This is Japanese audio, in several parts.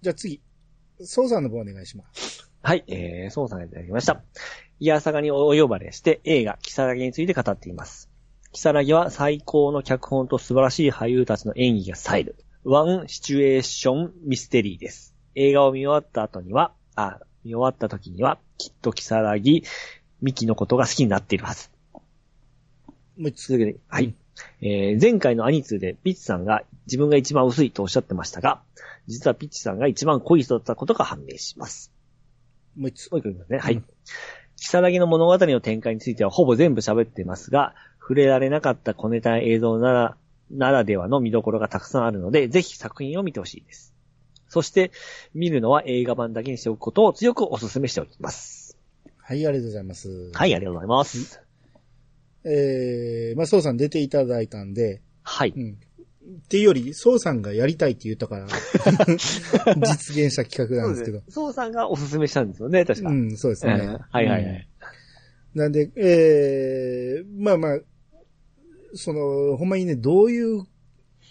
じゃあ次。ソウさんの方お願いします。はい、えー、そうさんがいただきました。いやさがにお呼ばれして映画、キサラギについて語っています。キサラギは最高の脚本と素晴らしい俳優たちの演技が冴える。ワンシチュエーションミステリーです。映画を見終わった後には、あ、見終わった時には、きっとキサラギ、ミキのことが好きになっているはず。もう一つ。続けて、はい。えー前回のアニツーでピッチさんが自分が一番薄いとおっしゃってましたが、実はピッチさんが一番濃い人だったことが判明します。もう一つ。もう一個言いますね。はういん。キサラギの物語の展開についてはほぼ全部喋っていますが、触れられなかった小ネタ映像なら、ならではの見どころがたくさんあるので、ぜひ作品を見てほしいです。そして、見るのは映画版だけにしておくことを強くお勧めしておきます。はい、ありがとうございます。はい、ありがとうございます。えー、まあ、ソウさん出ていただいたんで、はい。うん。っていうより、ソウさんがやりたいって言った から、実現した企画なんですけど。そうさんがお勧めしたんですよね、確か。うん、そうですえね。ーはいはいはうんい。なんで、ええまあまあ、その、ほんまにね、どういう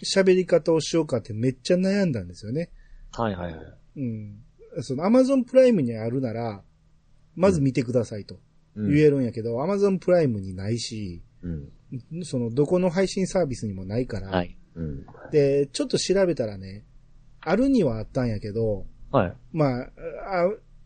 喋り方をしようかってめっちゃ悩んだんですよね。はいはいはい。うん。その、アマゾンプライムにあるなら、まず見てくださいとう言んえるんやけど、アマゾンプライムにないし、うん。その、どこの配信サービスにもないから、はい。うん。で、ちょっと調べたらね、あるにはあったんやけど、はい。まあ、あ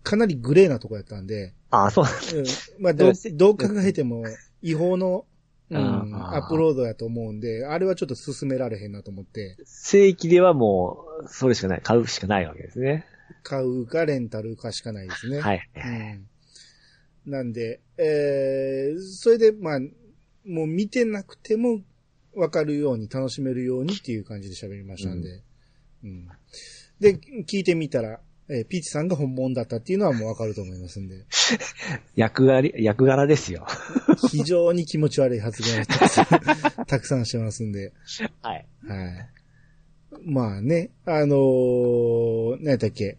かなりグレーなとこやったんで、あ、そう。 うんまあ、どだかうらせどう考えても違法の、うんあアーップロードやと思うんで、あれはちょっと進められへんなと思って、正規ではもう、それしかない、買うしかないわけですね。買うかレンタルかしかないですね。。はいい。うん、なんで、えー、それで、まあ、もう見てなくてもわかるように楽しめるようにっていう感じで喋りましたんで、うんで、聞いてみたら、えーピーチさんが本物だったっていうのはもうわかると思います んで、役割、役柄ですよ。非常に気持ち悪い発言をたくさん たくさんしてますんで、はい。はい。まあね、あのー、何やったっけ、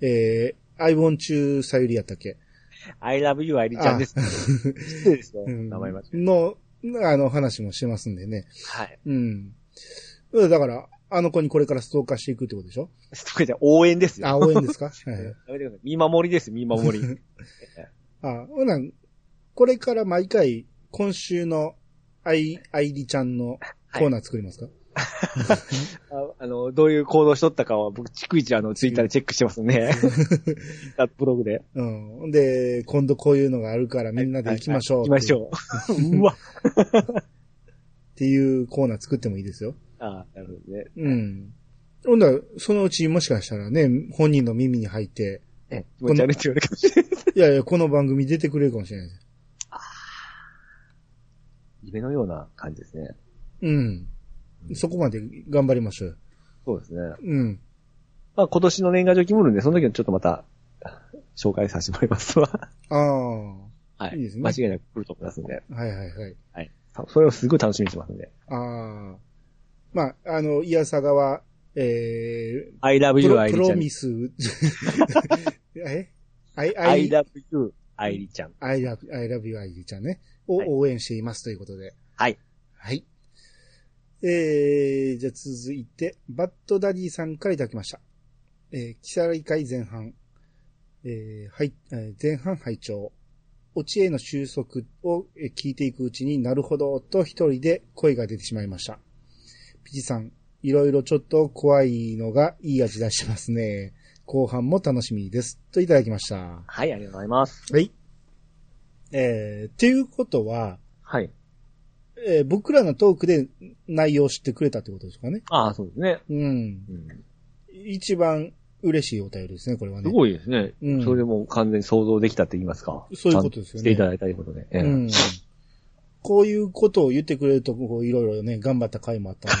えー、I want you さゆりやったっけ I love you, 愛理ちゃんです。失礼ですよ。うん名前間違えの、あの話もしてますんでね。はい。うん。だから、あの子にこれからストーカーしていくってことでしょそこじゃ応援ですよ。あ、応援ですかは やい。めてください。見守りです、見守り。あ、ほな、これから毎回、今週の、あい、あいりちゃんのコーナー作りますか、ああの、どういう行動しとったかは僕、逐一あの、ツイッターでチェックしてますね。あブログで。うん。で、今度こういうのがあるからみんなで行きましょう。行きましう。ょう。うわ。っていうコーナー作ってもいいですよ。あなるほどね。うん。ほんだら、そのうちもしかしたらね、本人の耳に入って、え気持ち悪いって言われるかもしれない。いやいや、この番組出てくれるかもしれないです。夢のような感じですね。うん。そこまで頑張りましょうよ。そうですね。うん。まあ今年の年賀状決まるんで、その時にちょっとまた、紹介させてもらいますわ。ああ。はいいですね間違いなく来ると思いますんで。はいはいはい。はい。それをすごい楽しみにしてますんで。ああ。まあ、あの、いやさがは、え I ー、 love プ you, ロ愛プ理ちロゃんミ。ス、 えアイ、ア I イ、 love you, 愛理ちゃん。アイラブ、アイラブユアイリちゃんね。をはい応援していますということで。はい。はい。えー、じゃあ続いて、バッドダディさんからいただきました。えー、キサライ会前半。えー、はい、えー前半拝聴落ちへの収束をえー聞いていくうちになるほどと一人で声が出てしまいました。ピチさん、いろいろちょっと怖いのがいい味出してますね。後半も楽しみです。といただきました。はい、ありがとうございます。はい。えー、っていうことは、はい。えー僕らのトークで内容を知ってくれたってことですかね。ああ、そうですね。うん。うん、一番嬉しいお便りですね、これはすね。ごいですね、うんそれでもう完全に想像できたって言いますか。そういうことですよねしていただいたということで。ええうん。こういうことを言ってくれると、こういろいろね、頑張った回もあった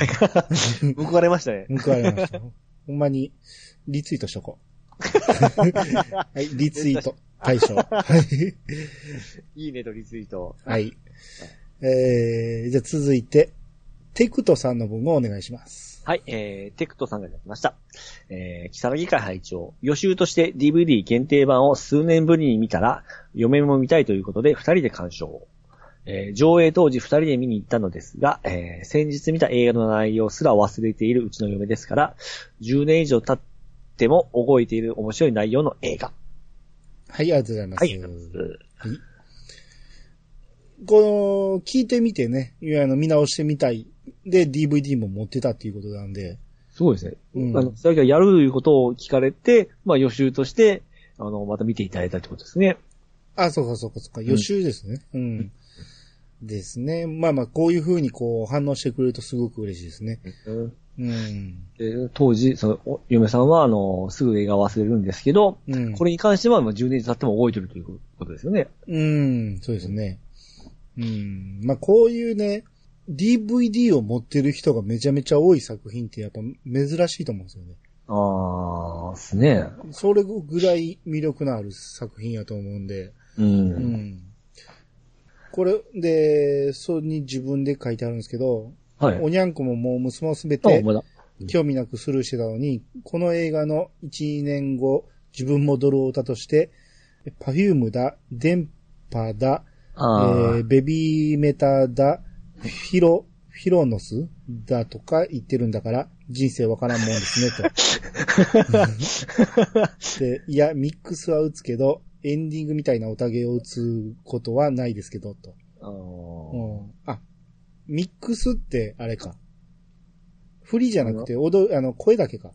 んで、報われましたね。報われましたよ。 ほんまに、リツイートしとこう。はい、リツイート、対象。はい。いいねとリツイート。はい。えー、じゃあ続いて、テクトさんの分をお願いします。はい、えー、テクトさんがいただきました。えー、木更木会会長、予習として DVD 限定版を数年ぶりに見たら、嫁も見たいということで、二人で鑑賞。えー、上映当時二人で見に行ったのですが、えー、先日見た映画の内容すら忘れているうちの嫁ですから、10年以上経っても覚えている面白い内容の映画。はい、ありがとうございます。はい。うんこの、聞いてみてね、いわゆる見直してみたい。で、DVD も持ってたっていうことなんで、すごいですね。うんあの、それがやるということを聞かれて、まあ予習として、あの、また見ていただいたってことですね。あ、そうかそうかそうか、予習ですね。うん。ですね。まあまあ、こういう風にこう反応してくれるとすごく嬉しいですね。うん。で当時、その、お嫁さんは、あの、すぐ映画を忘れるんですけど、うん。これに関しては、まあ10年経っても覚えてるということですよね。うん、そうですね。うん。まあ、こういうね、DVD を持ってる人がめちゃめちゃ多い作品ってやっぱ珍しいと思うんですよね。ああ、ですね。それぐらい魅力のある作品やと思うんで。う。うんん。これ、で、それに自分で書いてあるんですけど、はい。おにゃんこももう娘をすべあ、てまだ。興味なくスルーしてたのに、この映画の1、2年後、自分も泥オタとして、パフュームだ、電波だ、ああ、えーベビーメタだ、フィロ、フィロノスだとか言ってるんだから、人生わからんもんですね、 と。でいや、ミックスは打つけど、エンディングみたいなおたげを打つことはないですけど、と。あうのんあ、ミックスって、あれか。振りじゃなくて、踊る、あの、声だけか。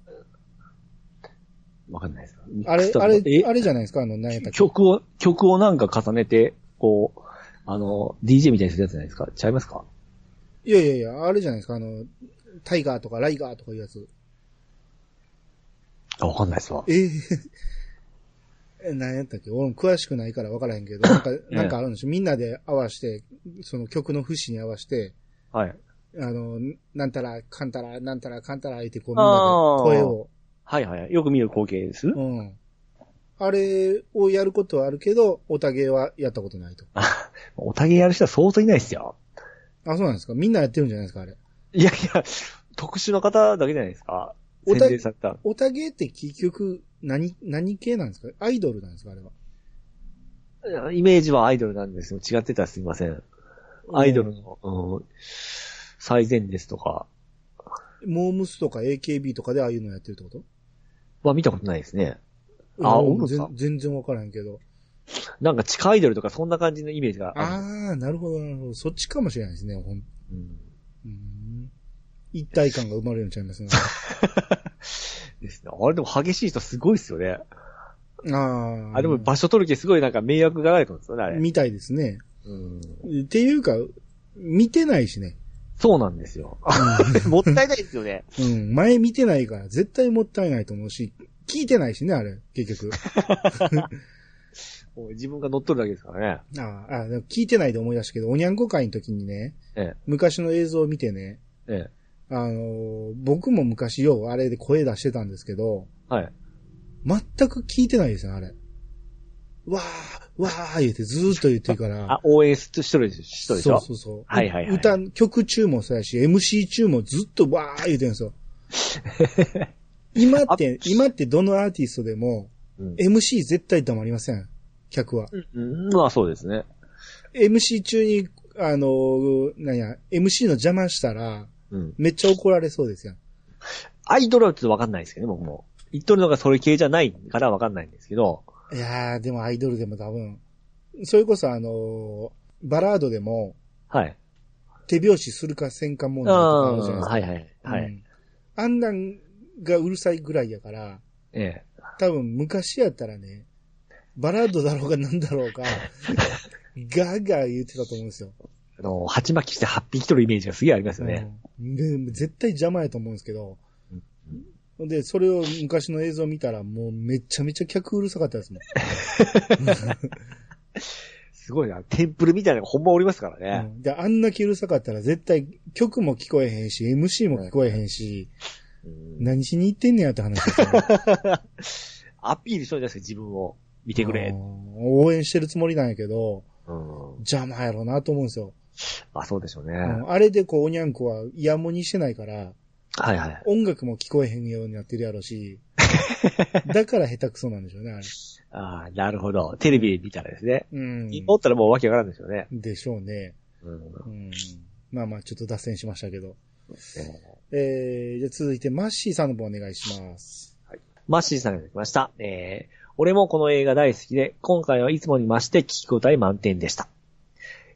わかんないです。あれ、あえれ、あれじゃないですか、あの、何やったっけ。曲を、曲をなんか重ねて、こう、あの、DJ みたいにするやつじゃないですかちゃいますかいやいやいや、あれじゃないですか、あの、タイガーとかライガーとかいうやつ。あ、わかんないですわ。えええ 何やったっけ俺も詳しくないから分からへんけど、なん か、なんかあるんでしょみんなで合わして、その曲の節に合わして、はい。あの、なんたら、かんたら、なんたら、かんたら、言って、こう、みんあーなで声を。はいはいはい。よく見る光景です。うん。あれをやることはあるけど、おたげはやったことないと。おたげやる人は相当いないですよ。あ、そうなんですかみんなやってるんじゃないですかあれ。いやいや、特殊な方だけじゃないですか。お宣た伝された。おたげって結局、何、何系なんですかアイドルなんですかあれは。イメージはアイドルなんですよ。違ってたらすいません。アイドルの、うん、最前列とかモームスとか AKB とかでああいうのやってるってことは見たことないですね。あうんおるのか全全然分からへんけど。なんか地下アイドルとかそんな感じのイメージがある。ああ、なるほど、なるほど。そっちかもしれないですね、ほん。うんうん一体感が生まれるんちゃい ますね。ですね。あれでも激しい人すごいですよね。ああ。あ、でも場所取る気すごいなんか迷惑がかれてるんですよね、あれ。みたいですね。うんっていうか、見てないしね。そうなんですよ。もったいないですよね。 うん、前見てないから絶対もったいないと思うし、聞いてないしね、あれ、結局。もう自分が乗っ取るだけですからね。あーあー、でも聞いてないで思い出したけど、おにゃんこ会の時にね、え昔の映像を見てね、え、ええ。あのー僕も昔ようあれで声出してたんですけど、はい。全く聞いてないですよ、あれ。わー、わー言ってずーっと言ってるから。あ、応援しとるでしょ。そうそうそう。はいはいはいう歌、曲中もそうやし、MC 中もずっとわー言うてるん ですよ。今って、今ってどのアーティストでも、うん。 MC 絶対黙りません。客は。うん、まあそうですね。 MC 中に、あのー、なんや、MC の邪魔したら、うん。めっちゃ怒られそうですよ。アイドルはちょっとわかんないですけどね、僕も。言っとるのがそれ系じゃないからわかんないんですけど。いやー、でもアイドルでも多分、それこそあのーバラードでも、はい。手拍子するかせんか問あ題とかああるじゃないですか。はいはい。はうい。んあんなんがうるさいぐらいやから、ええ。多分昔やったらね、バラードだろうが何だろう が、ガーガー言ってたと思うんですよ。あの、鉢巻きして8匹とるイメージがすげえありますよね。うんで絶対邪魔やと思うんですけどうん、で、それを昔の映像見たら、もうめちゃめちゃ客うるさかったですもん。 すごいな。テンプルみたいなのがほんまおりますからね。うんで、あんだけうるさかったら絶対曲も聞こえへんし、MC も聞こえへんし、うん何しに行ってんねやって話ですよね。アピールしとるじゃないですか、自分を。見てくれう。ん応援してるつもりなんやけど、うん。邪魔やろうなと思うんですよ。あ、そうでしょうね。うんあれでこう、おにゃんこはイヤモニしてないから、はいはい。音楽も聞こえへんようになってるやろ し、だから下手くそなんでしょうね、あれ。ああ、なるほど。テレビ見たらですね。うん。思ったらもうわけわからんでしょうね。でしょうね。うん。うん。まあまあ、ちょっと脱線しましたけど。えええー、じゃあ続いて、マッシーさんの方お願いします。マッシーさんがいただきました。えー、俺もこの映画大好きで、今回はいつもに増して聞き応え満点でした。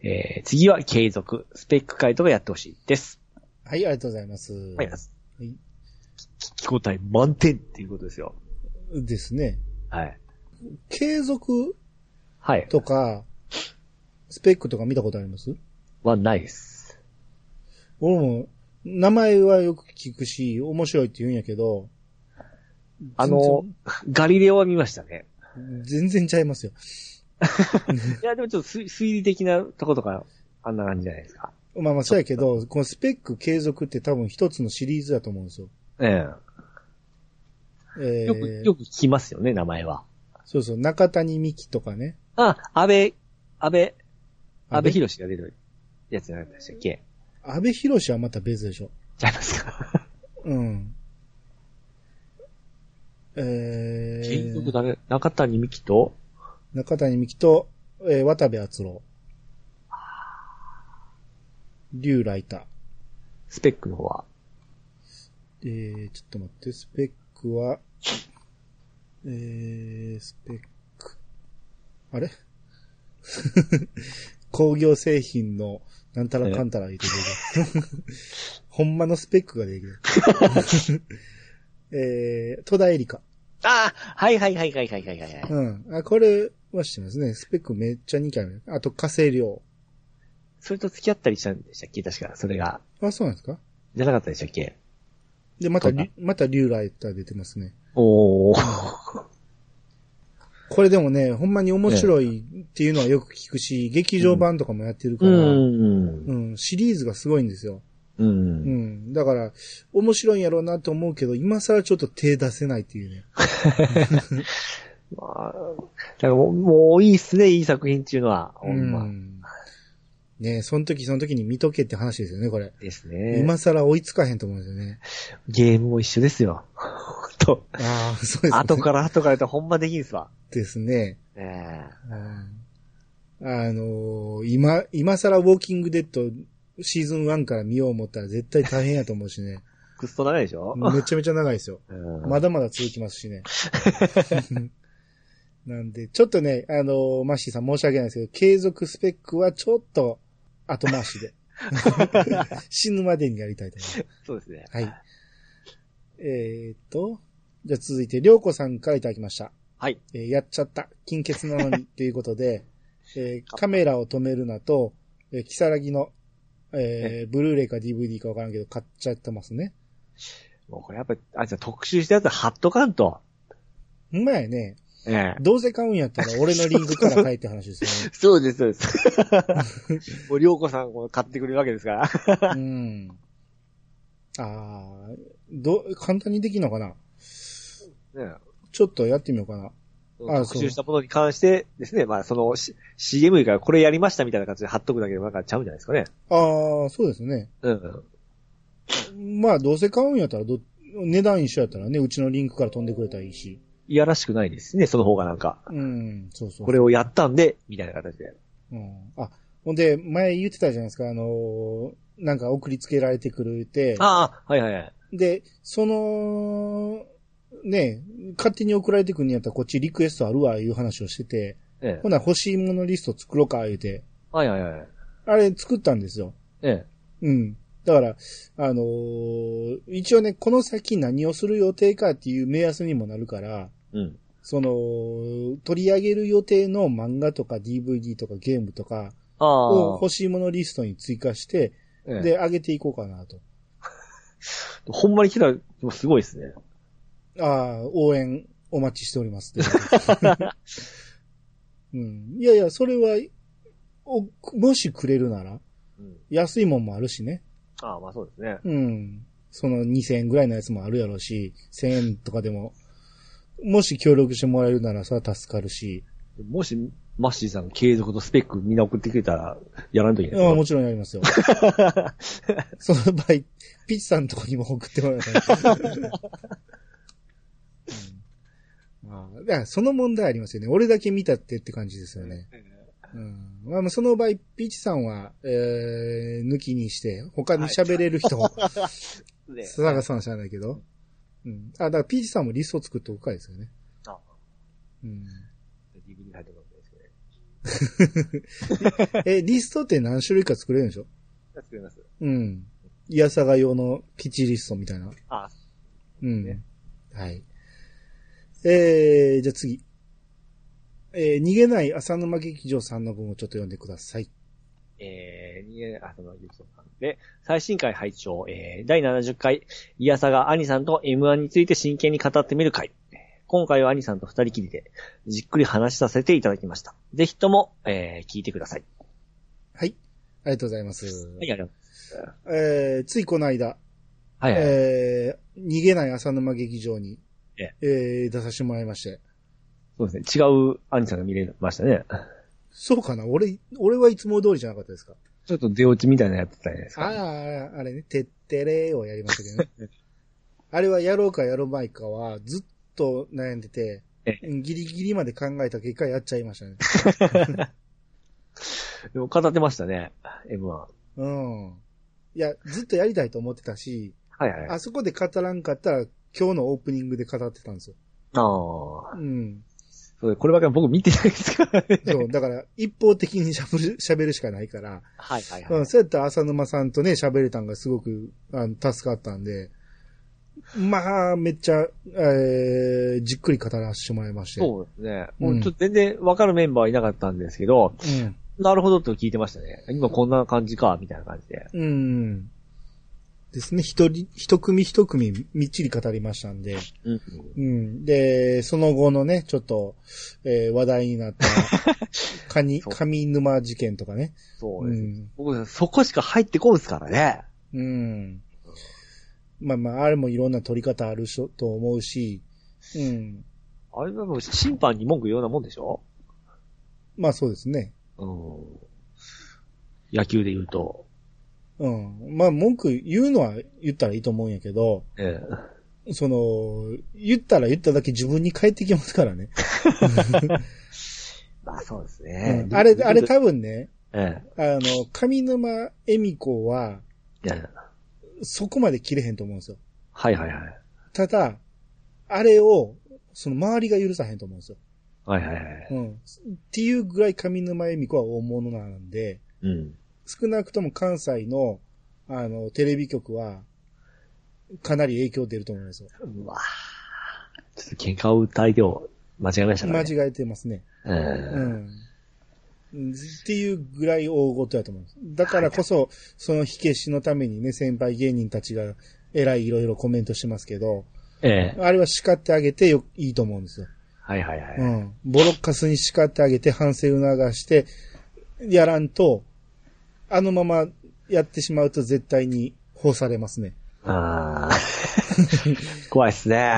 えー、次は継続、スペック回とかやってほしいです。はい、ありがとうございます。ありがとうございいま。す。はい聞き応え満点っていうことですよ。ですね。はい。継続はい。とか、スペックとか見たことありますはないです。俺も、名前はよく聞くし、面白いって言うんやけど、あの、ガリレオは見ました ね。全然ちゃいますよ。いや、でもちょっと推推理的なとことか、あんな感じじゃないですか。まあまあ、そうやけど、このスペック継続って多分一つのシリーズだと思うんですよ。ええー、えよく、よく聞きますよね、名前は。そうそう、中谷美紀とかね。あ、安倍、安倍、安安倍倍博士が出てるやつじゃなかったでしたっけ安部博はまた別でしょ。ちゃいますか。うん。え結局ー、誰、中谷美紀と、中谷美紀と、えー渡部篤郎。竜ライター。スペックの方は。えー、ちょっと待って、スペックは、えー、スペック。あれ 工業製品の、なんたらかんたら言ってくれる。 ほんまのスペックができる。 えー、戸田恵梨香。あはいはいはいはいはいはいはい。うん。あ、これはしてますね。スペックめっちゃ人気あるね。あと、火星量。それと付き合ったりしたんでしたっけ確か、それが。あ、そうなんですかじゃなかったでしたっけで、またそうだり、またリューライター出てますね。おー。これでもね、ほんまに面白いっていうのはよく聞くし、劇場版とかもやってるかうら、ん。うんシリーズがすごいんですよ。う。うんん。だから、面白いんやろうなと思うけど、今更ちょっと手出せないっていうね。まあ、だからもう、もういいっすね、いい作品っていうのは。ほんま。うんねその時その時に見とけって話ですよね、これ。ですね。今更追いつかへんと思うんですよね。ゲームも一緒ですよ。 と。あ あ、そうですね。後から後からとほんまできんすわ。ですね。ええあのー今、今更ウォーキングデッドシーズン1から見よう思ったら絶対大変やと思うし ね。くっそ長いでしょ、めちゃめちゃ長いですよ。うんまだまだ続きますしね。 なんで、ちょっとね、あのーマッシーさん申し訳ないですけど、継続スペックはちょっと後回 しで。死ぬまでにやりたいと思います。そうですね。はい。えー、っと、じゃあ続いて、りょうこさんからいただきました。はい。えーやっちゃった、金欠な のにということで、えーカメラを止めるなと、えー、キサラギの、えーブルーレイか DVD かわからんけど、買っちゃってますね。もうこれやっぱ、あ、じゃあ特集したやつは貼っとかんと。ほんまやね。ええ どうせ買うんやったら俺のリンクから買えって話です よそうです、そう です。もう、りょうこさんこう買ってくれるわけですから。ね。うん。あー、ど、簡単にできるのかなねちょっとやってみようかな。あ特集したものに関してですね、まあ、その、C、CM からこれやりましたみたいな感じで貼っとくだけでもなんかちゃうんじゃないですかね。あー、そうですね。うん。まあ、どうせ買うんやったらど、値段一緒やったらね、うちのリンクから飛んでくれたらいいし。いやらしくないですね、その方がなんか。うん、そうそう。これをやったんで、みたいな形で。うんあ、ほんで、前言ってたじゃないですか、あのーなんか送りつけられてくるって、ああ、はいはいはい。で、その、ね、勝手に送られてくるんやったらこっちリクエストあるわ、いう話をしてて、ええほな欲しいものリスト作ろうか、言うて、はいはいはい。あれ作ったんですよ。ええ。うん。だから、あのー一応ね、この先何をする予定かっていう目安にもなるから、うん。その、取り上げる予定の漫画とか DVD とかゲームとかあをあ。欲しいものリストに追加して、ええで、上げていこうかなと。ほんまに来たら、でもすごいですね。ああ、応援お待ちしておりますってこと。うん、いやいや、それは、おもしくれるなら、うん。安いもんもあるしね。ああ、まあそうですね。うん。その2000円ぐらいのやつもあるやろうし、1000円とかでも、もし協力してもらえるならそれは助かるし、もし、マッシーさんの継続とスペックみんな送ってくれたら、やらんといけあないあでもちろんやり ますよ。その場合、ピッチさんのとこにも送ってもらえたら、うんああだからその問題ありますよね。俺だけ見たってって感じですよね。すね。うんまあまあ、その場合、ピーチさんは、えー、抜きにして、他に喋れる人をうんね探さなしゃあないけど、うん。あ、だからピーチさんもリストを作っておくからですよね。あうん。 DVD 入ってるわけですね。え、リストって何種類か作れるんでしょ作ります。うん。イヤサガ用のピチリストみたいな。あ、うん。ねはい。えー、じゃあ次。えー、逃げない浅沼劇場さんの文をちょっと読んでください。えー、逃げあ、その、ゆきとさんで、最新回拝聴、えー、第70回、イヤサが兄さんと M1 について真剣に語ってみる回。今回は兄さんと二人きりで、じっくり話しさせていただきました。ぜひとも、えー、聞いてください。はい。ありがとうございます。はい、ありがとうえー、ついこの間、ございます。はい、はい。えー、逃げない浅沼劇場に、ええー、出させてもらいまして。そうですね。違う兄さんが見れましたね。そうかな俺、俺はいつも通りじゃなかったですかちょっと出落ちみたいなのやってたじゃないであすか。あ、あれね、てってれーをやりましたけどね。 あれはやろうかやろうまいかは、ずっと悩んでてえ、ギリギリまで考えた結果やっちゃいましたね。でも語ってましたね。M1。はうん。いや、ずっとやりたいと思ってたし、いはい。ああそこで語らんかったら、今日のオープニングで語ってたんですよ。あー。うん。そうこればっかり僕見てないですからね。そう、だから、一方的に喋る、喋るしかないから、 はいはいはういん、。そうやったら浅沼さんとね、喋れたんがすごく、あの、助かったんで、まあ、めっちゃ、えー、じっくり語らせてもらいまして。そうですね。うんもうちょっと全然わかるメンバーはいなかったんですけど、うん。なるほどと聞いてましたね。今こんな感じか、みたいな感じで。うん。ですね。一人、一組一組みっちり語りましたんで。うん。うん。で、その後のね、ちょっと、えー話題にな った、カニ、そう上沼事件とかね。そううです。ん。僕、そこしか入ってこんですからね。うん。まあまあ、あれもいろんな取り方あるしょと思うし、うん。あれはもう審判に文句言うようなもんでしょまあそうですね。うん。野球で言うと。うん。まあ文句言うのは言ったらいいと思うんやけど、えその、言ったら言っただけ自分に返ってきますからね。え。まあそうですうねん。あれ、あれ多分ね、えあの、上沼恵美子は、え。ええそこまで切れへんと思うんですよ。はいはいはい。ただ、あれを、その周りが許さへんと思うんですよ。はいはいはい。うん。っていうぐらい上沼恵美子は大物なんで、うん。少なくとも関西の、あの、テレビ局は、かなり影響出ると思うんですよ。うわぁちょっと喧嘩を歌いでを間違えましたから間ね。違えてますね。ええうん。っていうぐらい大事やと思うんです。だからこそ、その火消しのためにね、先輩芸人たちが、えらいいろいろコメントしてますけど、ええ。あれは叱ってあげてよ、いいと思うんですよ。はいはいはい。うん。ボロッカスに叱ってあげて反省促して、やらんと、あのままやってしまうと絶対に放され ますね。あー怖いっすね。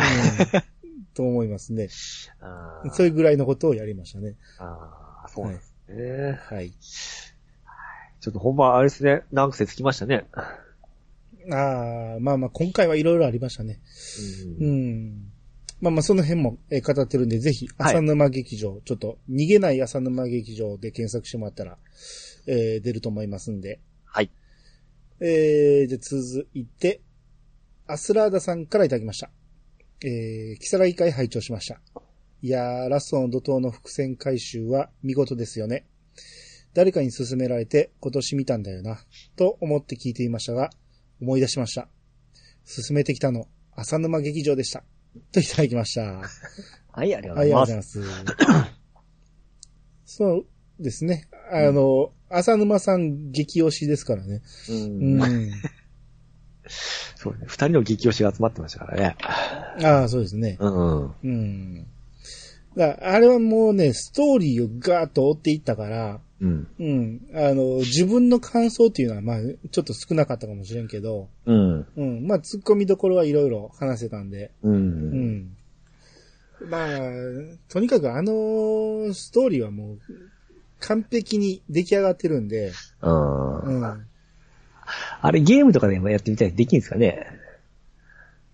と思いますね。あそれぐらいのことをやりましたね。あー、そうなんですね。はい。ちょっとほんまあれですね、何癖つきましたね。ああ、まあまあ今回はいろいろありましたね。ううんん。まあまあその辺もえー語ってるんで、ぜひ、はい浅沼劇場、ちょっと逃げない浅沼劇場で検索してもらったら、えー出ると思いますんで。はい。えー、じゃあ続いて、アスラーダさんからいただきました。えー、キサラ会拝聴しました。いやー、ラストの怒涛の伏線回収は見事ですよね。誰かに勧められて今年見たんだよな、と思って聞いていましたが、思い出しました。勧めてきたの、浅沼劇場でした。といただきました。はい、ありがとあうりがとうごございまざいます。そうですね。あの、浅沼さん激推しですからね。す。うん うん。そうね。二人の激推しが集まってましたからね。ああ、そうですね。うん。うん。だからあれはもうね、ストーリーをガーッと追っていったから、うん。うん。あの、自分の感想っていうのは、まあ、ちょっと少なかったかもしれんけど、うん。うん。まあ、突っ込みどころはいろいろ話せたんで、う。うんん。まあ、とにかくあのストーリーはもう、完璧に出来上がってるんで、う。うんん。ああれゲームとかでもやってみたいできんですかね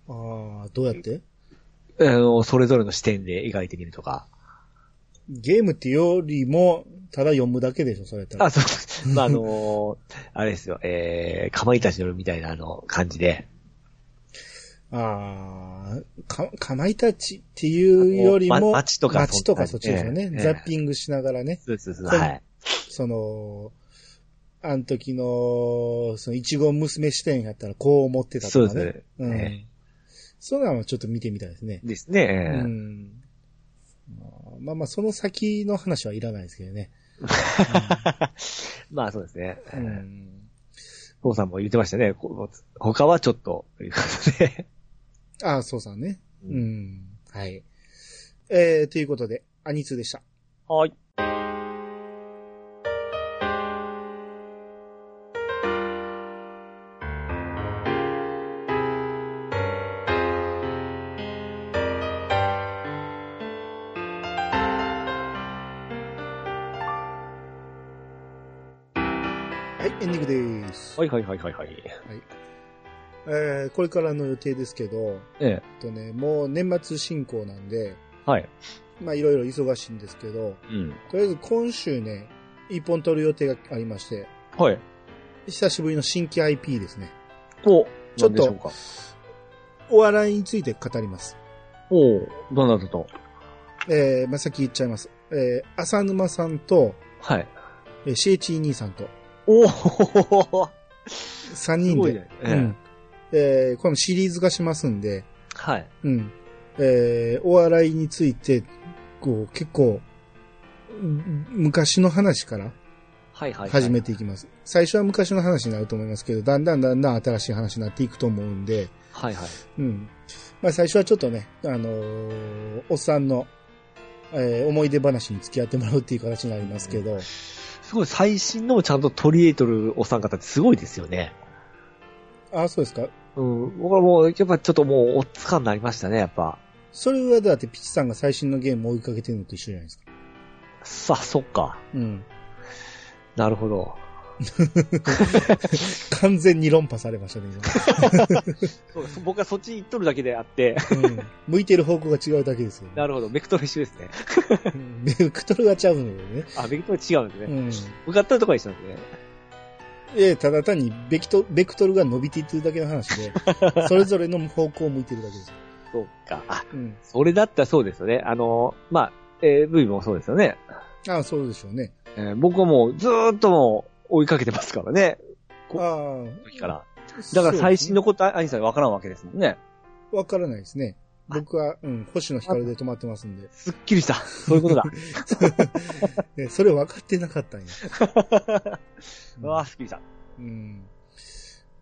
あ、どうやってあの、それぞれの視点で描いてみるとか。ゲームってよりも、ただ読むだけでしょ、それやったら。あ、そう。まあ、あのーあれですよ、えー、かまいたちのみたいなあの、感じで。あああ、か、かまいたちっていうよりあのも、ま街とか街とかそそっっちちですよねえ。えザッピングしながらね、そうそうそう。そうはい。その、あの時の、その、いちご娘視点やったらこう思ってたそとうかでね。すうんね。そういうのはちょっと見てみたいですね。ですうね。ん。まあまあ、その先の話はいらないですけど ね。 まあそうですね。うんうん父さんも言ってましたね。こ他はちょっと、ということで。ああ、そうさんね。う うんん。はい。えー、ということで、アニツーでした。はい。はい、エンディングです。はいはいはいはいはい。えー、これからの予定ですけど、ええ。えっとね、もう年末進行なんで、はい。まあいろいろ忙しいんですけど、うん。とりあえず今週ね、一本撮る予定がありまして、はい。久しぶりの新規 IP ですね。お、ちょっと何でしょうか。お笑いについて語ります。おうどんなことえー、まあ、先言っちゃいます。えー、浅沼さんと、はい。えー、シエチー兄さんと、おお3す人ごいで、ね。うええん。えー、これもシリーズ化しますんで、はい。うん。えー、お笑いについて、こう、結構、うん昔の話からはいはい。始めていきます。最初は昔の話になると思いますけど、だんだんだんだん新しい話になっていくと思うんで、はいはい。うん。まあ最初はちょっとね、あのーおっさんの、えー思い出話に付き合ってもらうっていう形になりますけど、すごい最新のをちゃんと取り入れとるお三方ってすごいですよね。ああ、そうですか。うん。僕はもう、やっぱちょっともう、おっつかになりましたね、やっぱ。それはだってピチさんが最新のゲームを追いかけてるのと一緒じゃないですか。さあ、そっか。うん。なるほど。完全に論破されましたね、そうそ僕はそっちに行っとるだけであ って、今。うん。 向いてる方向が違うだけですよ、ね。なるほど、ベクトル一緒ですね。うんベクトルがちゃうのよね。あ、ベクトル違うんですうね。ん。向かってるとこは一緒なんですね。ええ、ただ単にベクト、ベクトルが伸びていってるだけの話 で、それぞれの方向を向いてるだけです。そうか。あ、うん。それだったらそうですよね。あの、まあ、AV もそうですよね。ああ、そうでしょうね。えー僕はもう、ずーっともう、追いかけてますからね。こあ時から。あ。だから最新の。のこと、アニさんわからんわけですもんね。わからないですね。あ僕は、うん、星野光で止まってます んで。すっきりした。そういうことだ。えそれ分かってなかったんや。 うわー、すっきりした。うん。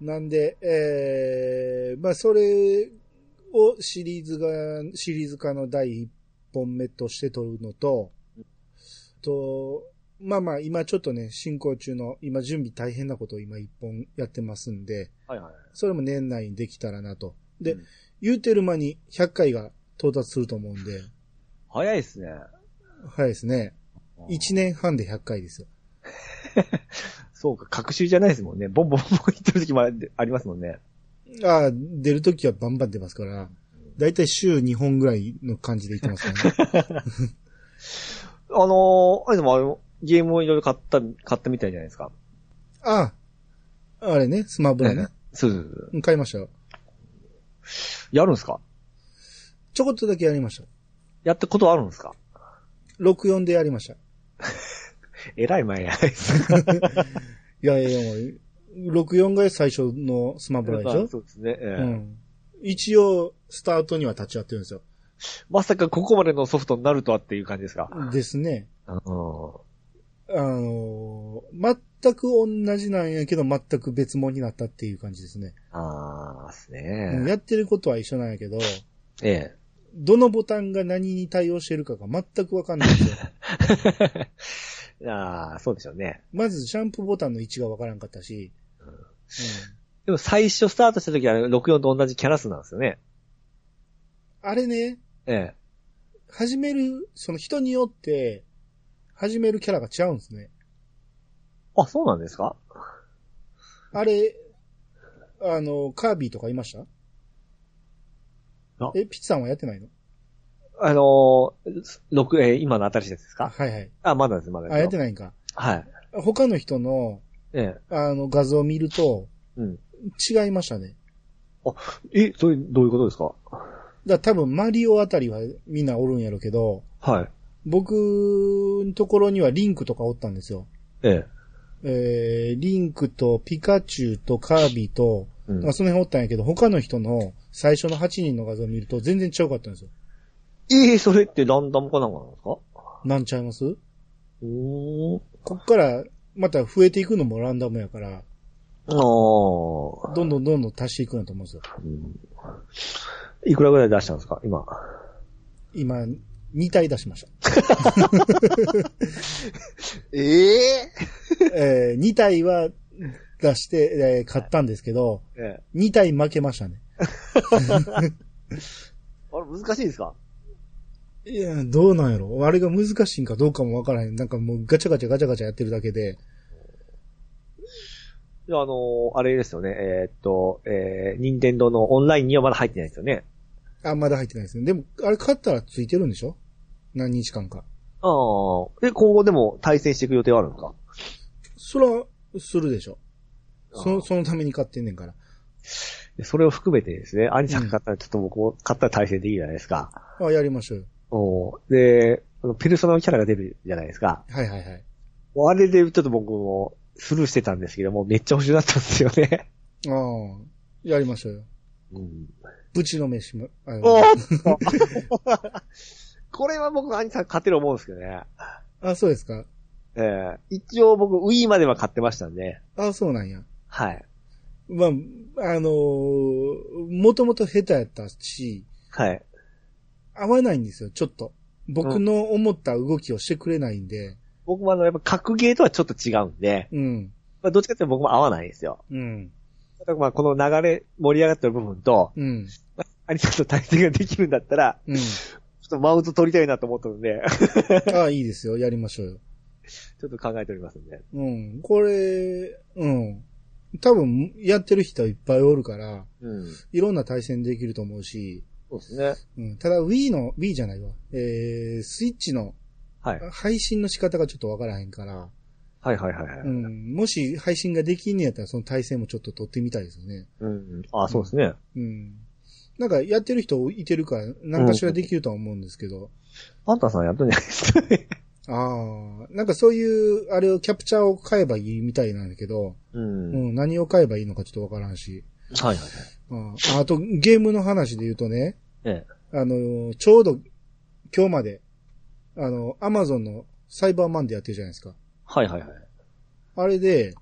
なんで、えー、まあ、それをシリーズが、シリーズ化の第一本目として撮るのと、と、まあまあ、今ちょっとね、進行中の、今準備大変なことを今一本やってますんで、はいはい。それも年内にできたらなと。で、うん言うてる間に100回が到達すると思うんで、早いですね。早いですね。1年半で100回ですよ。そうか、隔週じゃないですもんね。ボンボンボン言ってる時もあありますもんね。ああ、出るときはバンバン出ますから、だいたい週2本ぐらいの感じでいってますからね。あのー、あれでもあれ、ゲームをいろいろ買った、買ったみたいじゃないですか。ああ、あれね、スマブラね。そうそうそう。うん買いましたよ。やるんですかちょこっとだけやりました。やったことあるんですか64でやりました。いえらい前やないですか。やいやいや、64が最初のスマブラでしょ そうですね。ええうん。一応、スタートには立ち会ってるんですよ。まさかここまでのソフトになるとはっていう感じですか。ですね。うん。あのー全く同じなんやけど、全く別物になったっていう感じですね。あーですうんね。やってることは一緒なんやけど、ええ。 どのボタンが何に対応してるかが全くわかんないんですよ。ああ、そうでしょうね。まずジャンプボタンの位置がわからんかったし、でも最初スタートした時は64と同じキャラ数なんですよね。うんあれね、ええ。始める、その人によって、始めるキャラが違うんですね。あ、そうなんですかあれ、あの、カービィとかいましたあえ、ピッチさんはやってないのあのー、六えー今の新しいやつですかはいはい。あ、まだです、まだですあ、よ。やってないんか。はい。他の人の、ええ。あの、画像を見ると、うん。違いましたね。え、それどういうことですかだから多分マリオあたりはみんなおるんやろうけど、はい。僕のところにはリンクとかおったんですよ。ええ。えー、リンクとピカチュウとカービィと、うんなんかその辺おったんやけど、他の人の最初の8人の画像を見ると全然ちゃうかったんですよ。ええそれってランダムかなんかなんですかなんちゃいますおー。こっからまた増えていくのもランダムやから、ああ、どんどんどんどん足していくんだと思うんですよ。うんいくらぐらい出したんですか今。今、2体出しましええた。えー、2体は出して、えー買ったんですけど、ええ。 2体負けましたね。あれ難しいですかいや、どうなんやろあれが難しいんかどうかもわからへん。なんかもうガチャガチャガチャガチャやってるだけで。いやあのーあれですよね。えーっと、えー、任天堂のオンラインにはまだ入ってないですよね。あ、まだ入ってないですね。でも、あれ買ったらついてるんでしょ何日間か。ああ。で、今後でも対戦していく予定はあるんですかそら、するでしょ。そあの、ーそのために買ってんねんから。それを含めてですね、兄さんが買ったらちょっと僕も買ったら対戦できるじゃないですか。あ、やりましょうよ。おーで、あのペルソナのキャラが出るじゃないですか。はいはいはい。あれでちょっと僕もスルーしてたんですけども、めっちゃ欲しくなったんですよね。ああ、やりましょうよ。うん、ぶちのめしも、あおー これは僕、兄さん買ってる思うんですけどね。あ、そうですか。えー一応僕、Wii までは買ってましたんで。あ、そうなんや。はい。まあ、あのー、もともと下手やったし、はい。合わないんですよ、ちょっと。僕の思った動きをしてくれないんで、僕もあの、やっぱ格ゲーとはちょっと違うんで、うん、まあ、どっちかっていうと僕も合わないんですよ。うん、ただまあ、この流れ、盛り上がってる部分と、うん、兄さんと対戦ができるんだったら、うん。ちょっとマウント取りたいなと思ってるんで、 あ、いいですよ、やりましょうよ。ちょっと考えておりますんで。うん、これ、うん。多分、やってる人はいっぱいおるから、うん。いろんな対戦できると思うし、そうですね。うん、ただ Wii の、Wii じゃないわ。えー、スイッチのはい。配信の仕方がちょっとわからへんから、はいはいはいはい。う。ん、もし配信ができんねやったらその対戦もちょっと取ってみたいですよね。うん、あ、そうですね。うん。なんかやってる人いてるから、何かしらできるとは思うんですけど。パンタさんやったんじゃないですかね。ああ、なんかそういう、あれをキャプチャーを買えばいいみたいなんだけど、 うんうん、何を買えばいいのかちょっとわからんし。はいはいはい。あーあと、ゲームの話で言うとね、えあの、ちょうど今日まで、あの、アマゾンのサイバーマンデーやってるじゃないですか。はいはいはい。あれで、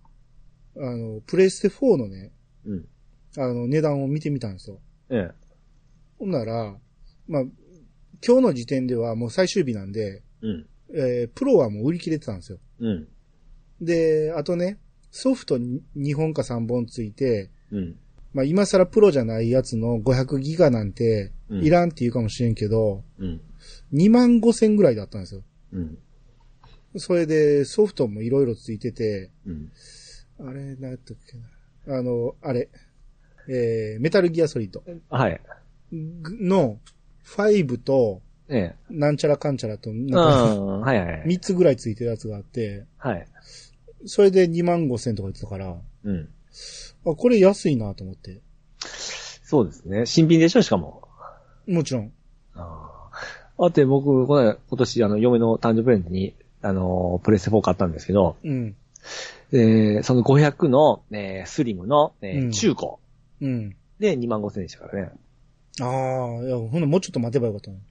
あの、プレイステ4のね、うん。あの、値段を見てみたんですよ。ええ。ほんなら、まあ、今日の時点ではもう最終日なんで、うん。えープロはもう売り切れてたんですよ。うん。で、あとね、ソフト2本か3本ついて、うん。まあ今更プロじゃないやつの500ギガなんてうんいらんって言うかもしれんけど、うん。 2万5千ぐらいだったんですよ。うん。それでソフトもいろいろついてて、うん。あれ、なんやったっけな。あの、あれ、えー、メタルギアソリッドはい。の5とええ。なんちゃらかんちゃらと、うなんかん。はいはいはい。 3つぐらいついてるやつがあって、はい。それで2万5千とか言ってたから、あ、うん。これ安いなと思って。そうですね。新品でしょしかも。もちろん。ああ。あって僕、この間今年、あの、嫁の誕生日プレゼントに、あのー、プレステ4買ったんですけど、うん。えー、その500の、えー、スリムの、えうんー、中古うん。で2万5千円でしたからね。ああ、いや、ほんなもうちょっと待てばよかったのに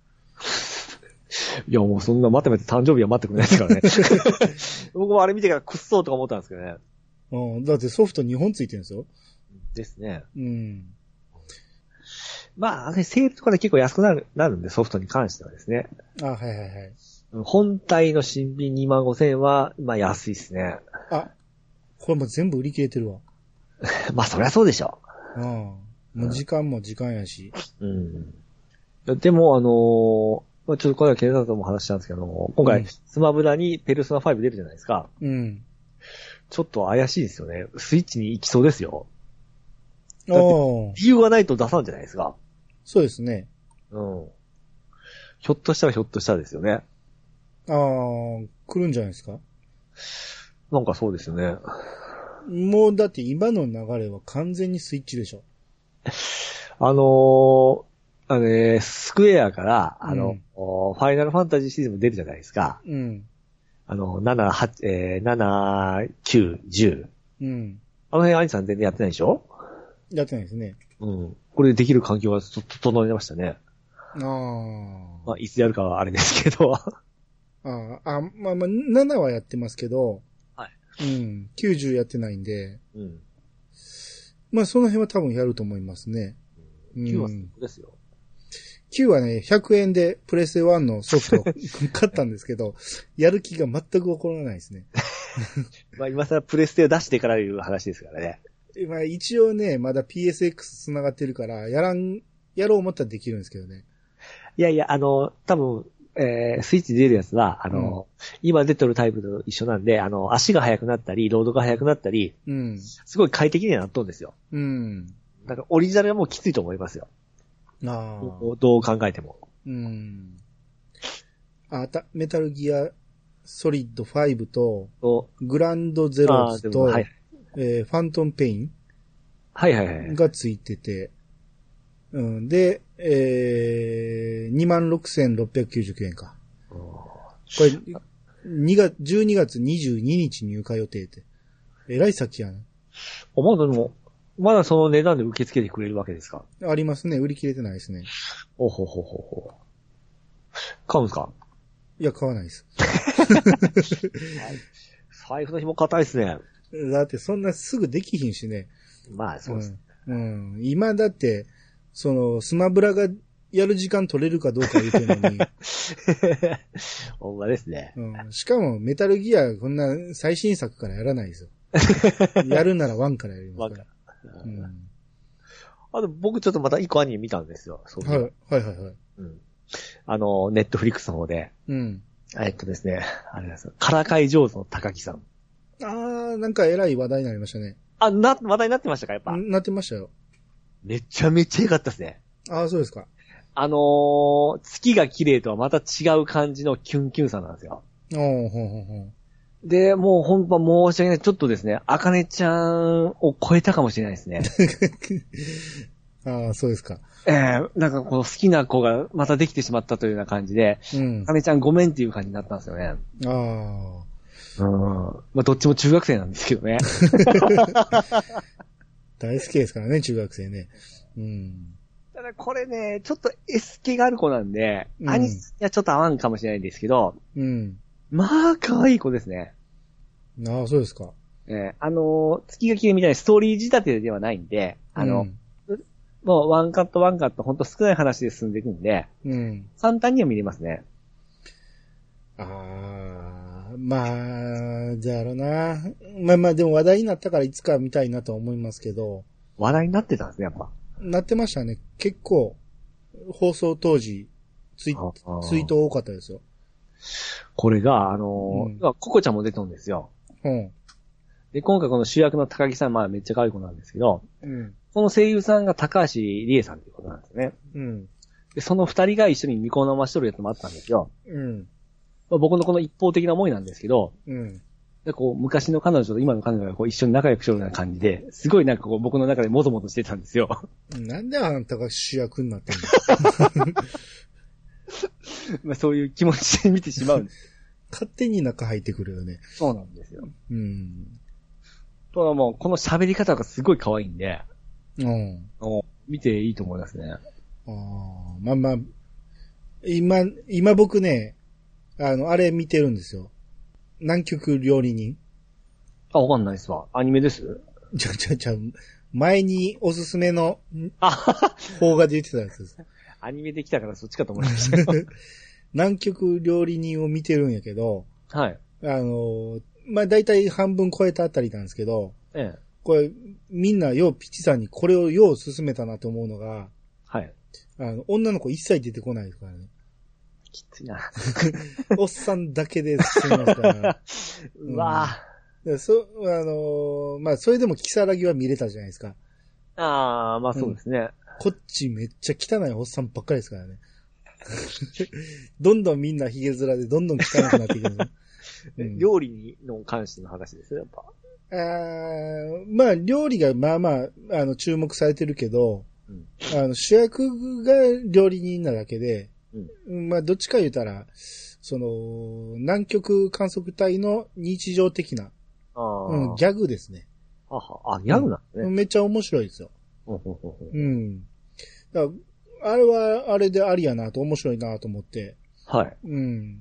いや、もうそんな待って待って誕生日は待ってくれないですからね。 僕もあれ見てからくっそーとか思ったんですけどね。うん。だってソフト2本ついてるんですよ。ですね。うん。まあ、あれセールとかで結構安くなるなるんで、ソフトに関してはですね。あはいはいはい。本体の新品2万5千円は、まあ安いですね。 あ、これもう全部売り切れてるわ。まあそりゃそうでしょうん。もう時間も時間やし。う。うん。でも、あのーまあちょっとこれは警察とも話したんですけど、今う回ん、スマブラにペルソナ5出るじゃないですか。うん。ちょっと怪しいですよね。スイッチに行きそうですよ。ああ、理由がないと出さんじゃないですか。そうですね。うん。ひょっとしたらひょっとしたらですよね。ああ、来るんじゃないですかなんかそうですよね。もうだって今の流れは完全にスイッチでしょ。あのーあのね、スクエアから、あの、うんおファイナルファンタジーシリーズも出るじゃないですか。うん。あの、7、8、えー、7、9、10。うん。あの辺、アニさん全然やってないでしょやってないですね。うん。これでできる環境がちょっと整いましたね。あーまあ、いつやるかはあれですけど。あー。あ、まあまあ、7はやってますけど、はうん。90やってないんで、 うん。まあその辺は多分やると思いますね。うん9は最高ですよ。 9はね、100円でプレステ1のソフトを買ったんですけど、やる気が全く起こらないですね。まあ、今更プレステを出してからいう話ですからね。まあ一応ね、まだ PSX 繋がってるから、やらん、やろう思ったらできるんですけどね。いやいや、あの、多分、えー、スイッチ出るやつは、あの、今出てるタイプと一緒なんで、あの、足が速くなったり、ロードが速くなったり、うん。すごい快適にはなっとんですよ。うん。だからオリジナルはもうきついと思いますよ。ああ。どう考えても。うん。あた、メタルギアソリッド5と、とグランドゼロあスーでもと、はい。えーファントムペイはいはいはンい。がついてて、うん、で、えー、26,699円か。これ、2月、12月22日入荷予定って。えらい先やな。おまだでも、まだその値段で受け付けてくれるわけですかありますね。売り切れてないですね。おほほほほ。買うんですかいや、買わないです。財布の紐硬いですね。だってそんなすぐできひんしね。まあ、そうです。うん。うん。今だって、その、スマブラがやる時間取れるかどうか言うてんの に。ほんまですね。うん。しかも、メタルギア、こんな最新作からやらない ですよ。やるなら1からやりますから。らうん、あと、僕ちょっとまた一個アニメ見たんですよ。そう、はいいうはいはいはい。うん。あの、ネットフリックスの方で。うん。えっとですね、あれなんですよからかい上手の高木さん。あー、なんか偉い話題になりましたね。あ、な、話題になってましたかやっぱ。なってましたよ。めちゃめちゃ良かったですね。あー、そうですか。あのー、月が綺麗とはまた違う感じのキュンキュンさなんですよ。おー、ほんほんほん。で、もうほんま申し訳ない。ちょっとですね、あかねちゃんを超えたかもしれないですね。 あー、そうですか。えー、なんかこう好きな子がまたできてしまったというような感じで、うんあ。かねちゃんごめんっていう感じになったんですよね。あー。うん。まあどっちも中学生なんですけどね。 大好きですからね、中学生ね。うん。ただこれね、ちょっと S 系がある子なんで、うん兄さんにはちょっと合わんかもしれないんですけど、うん。まあ可愛い子ですね。あー、そうですか。えーあのー月が綺麗みたいなストーリー仕立てではないんで、あの、もうワンカットワンカットほんと少ない話で進んでいくんで、うん、うん。簡単には見れますね。ああ、まあ、じゃあろな。まあまあ、でも話題になったからいつか見たいなとは思いますけど、話題になってたんですね、やっぱ。なってましたね。結構、放送当時、ツイあーツイート多かったですよ。これが、あのーうん今ココちゃんも出とんですよ。うん。で、今回この主役の高木さん、まあめっちゃ可愛い子なんですけど、うん。この声優さんが高橋理恵さんっていうことなんですよね。うん。で、その二人が一緒にニコ生しとるやつもあったんですよ。うん。まあ、僕のこの一方的な思いなんですけど、うん。でこう昔の彼女と今の彼女がこう一緒に仲良くしようような感じで、すごいなんかこう僕の中でもぞもぞしてたんですよ。 なんであんたが主役になってんのまあそういう気持ちで見てしまうんです。勝手に中入ってくるよね。そうなんですよ。うん。ただもうこの喋り方がすごい可愛いんで、うん。もう見ていいと思いますね。ああ、まあまあ、今、今僕ね、あの、あれ見てるんですよ。南極料理人あ、わかんないっすわ。アニメですちゃうちゃうちゃう、前におすすめのあ、方が出てたやつです。アニメできたからそっちかと思いましたよ。 南極料理人を見てるんやけど、 はい。あのーまあ、大体半分超えたあたりなんですけど、ええ。これ、みんなようピチさんにこれをよう勧めたなと思うのが、はい。あの、女の子一切出てこないですからね。きついな。おっさんだけで進みますから。うわぁ。でそ、あのーまあ、それでもキサラギは見れたじゃないですか。ああ、まあそうですね。こっちめっちゃ汚いおっさんばっかりですからね。 どんどんみんなヒゲ面でどんどん汚くなっていくる。 うん料理にの関しての話ですよ、やっぱ。あーまあ、料理がまあまあ、あの、注目されてるけど、うんあの、主役が料理人なだけで、うんまあ、どっちか言うたら、その、南極観測隊の日常的な、ああ、うん、ギャグですね。あは、あ、ギャグなんですね。めっちゃ面白いですよ。ほうほうほうほううん。だからあれは、あれでありやなと、面白いなと思って。はい。うん。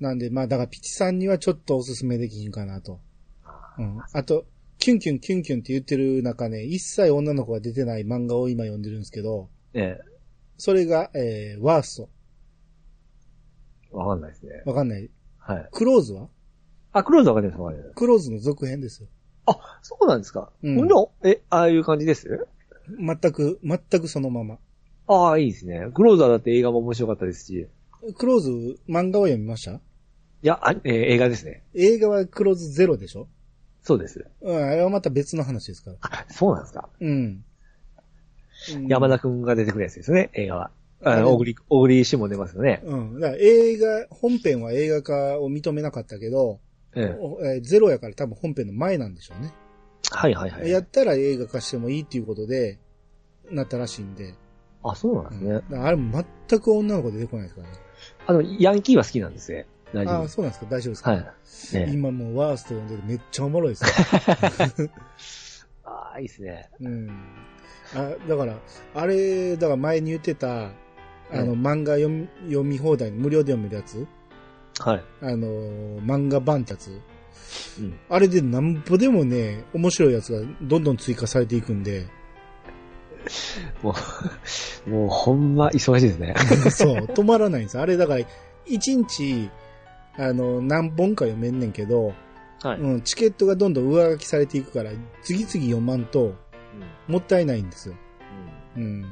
なんで、まあ、だから、ピチさんにはちょっとおすすめできひんかなと。うん。あと、キュンキュンキュンキュンって言ってる中ね、一切女の子が出てない漫画を今読んでるんですけど、ええそれが、えー、ワースト。わかんないですね。わかんない。はい。クローズはあ、クローズわかりますわかります。クローズの続編ですよ。あ、そうなんですか。うんのえ、ああいう感じです全く、全くそのまま。ああ、いいですね。クローズはだって映画も面白かったですし。いクローズ、漫画は読みましたや、あえー映画ですね。映画はクローズゼロでしょそうです。うん、あれはまた別の話ですから。あ、そうなんですか。うん。山田くんが出てくるやつですね、映画は。あれあ、小栗、小栗氏も出ますよね。うん。だから映画、本編は映画化を認めなかったけど、ええ。おえーゼロやから多分本編の前なんでしょうね。はいはいはやいっ。たら映画化してもいいっていうことで、なったらしいんで。あ、そうなんうでんすねだ。からあれ全く女の子出てこないですからね。あの、ヤンキーは好きなんですね。大丈あ夫あ、です。そうなんですか大丈夫ですか、はい。ええ今もうワースト読んでてめっちゃおもろいですよ。ああ、いいですね。うん。あ、だから、あれ、だから前に言ってた、あの、漫画読み読み放題、無料で読めるやつはい。あのー、漫画版ってやつうん。あれでなんぼでもね、面白いやつがどんどん追加されていくんで、もう、 もうほんま忙しいですね。そう、止まらないんです。あれだから、一日、あの、何本か読めんねんけど、 はい。うんうん、チケットがどんどん上書きされていくから、次々読まんと、もったいないんですよ。うん。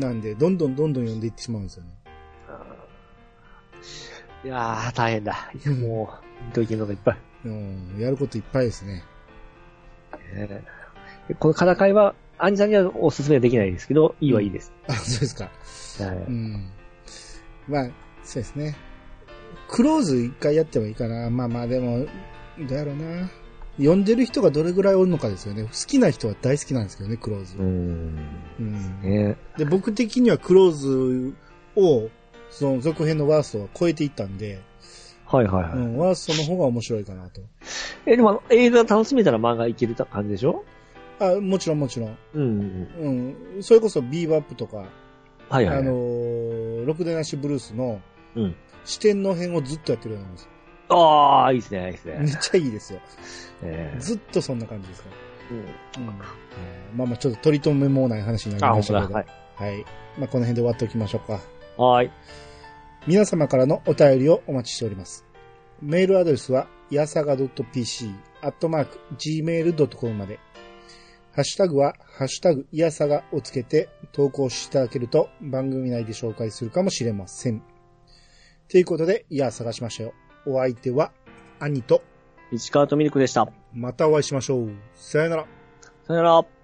なんで、どんどんどんどん読んでいってしまうんですよね。いやー、大変だ。いやもう、見といけるのがいっぱい。うん、やることいっぱいですね。ええこの戦いは、アンジさんにはおすすめはできないですけど、いいはいいです。あ、そうですか。はうい。ん。まあ、そうですね。クローズ一回やってもいいかな。まあまあ、でも、どうやろうな。読んでる人がどれぐらいおるのかですよね。好きな人は大好きなんですけどね、クローズ。うーん。うんねで、僕的にはクローズを、その続編のワーストは超えていったんで、はいはいはい。うん、ワーストの方が面白いかなと。え、でもあの映画楽しめたら漫画いける感じでしょあ、もちろんもちろん。うんうん。うん。それこそビーバップとか、はいはい。あの、ー、ろくでなしブルースのうん。視点の編をずっとやってるようなんですよ。ああ、いいですね、いいですめね。っちゃいいですよ。えずっとそんな感じですかえうんら。うん。えーまあまあ、ちょっと取り留めもない話になあ、りほまんしたとけだ。ど。はい。はい。まあ、この辺で終わっておきましょうか。はーい。皆様からのお便りをお待ちしております。メールアドレスは、やさが .pc、アットマーク、gmail.com まで。ハッシュタグは、ハッシュタグ、いやさがをつけて投稿していただけると番組内で紹介するかもしれません。ということで、いや探しましたよ。お相手は、兄と、市川とミルクでした。またお会いしましょう。さよなら。さよなら。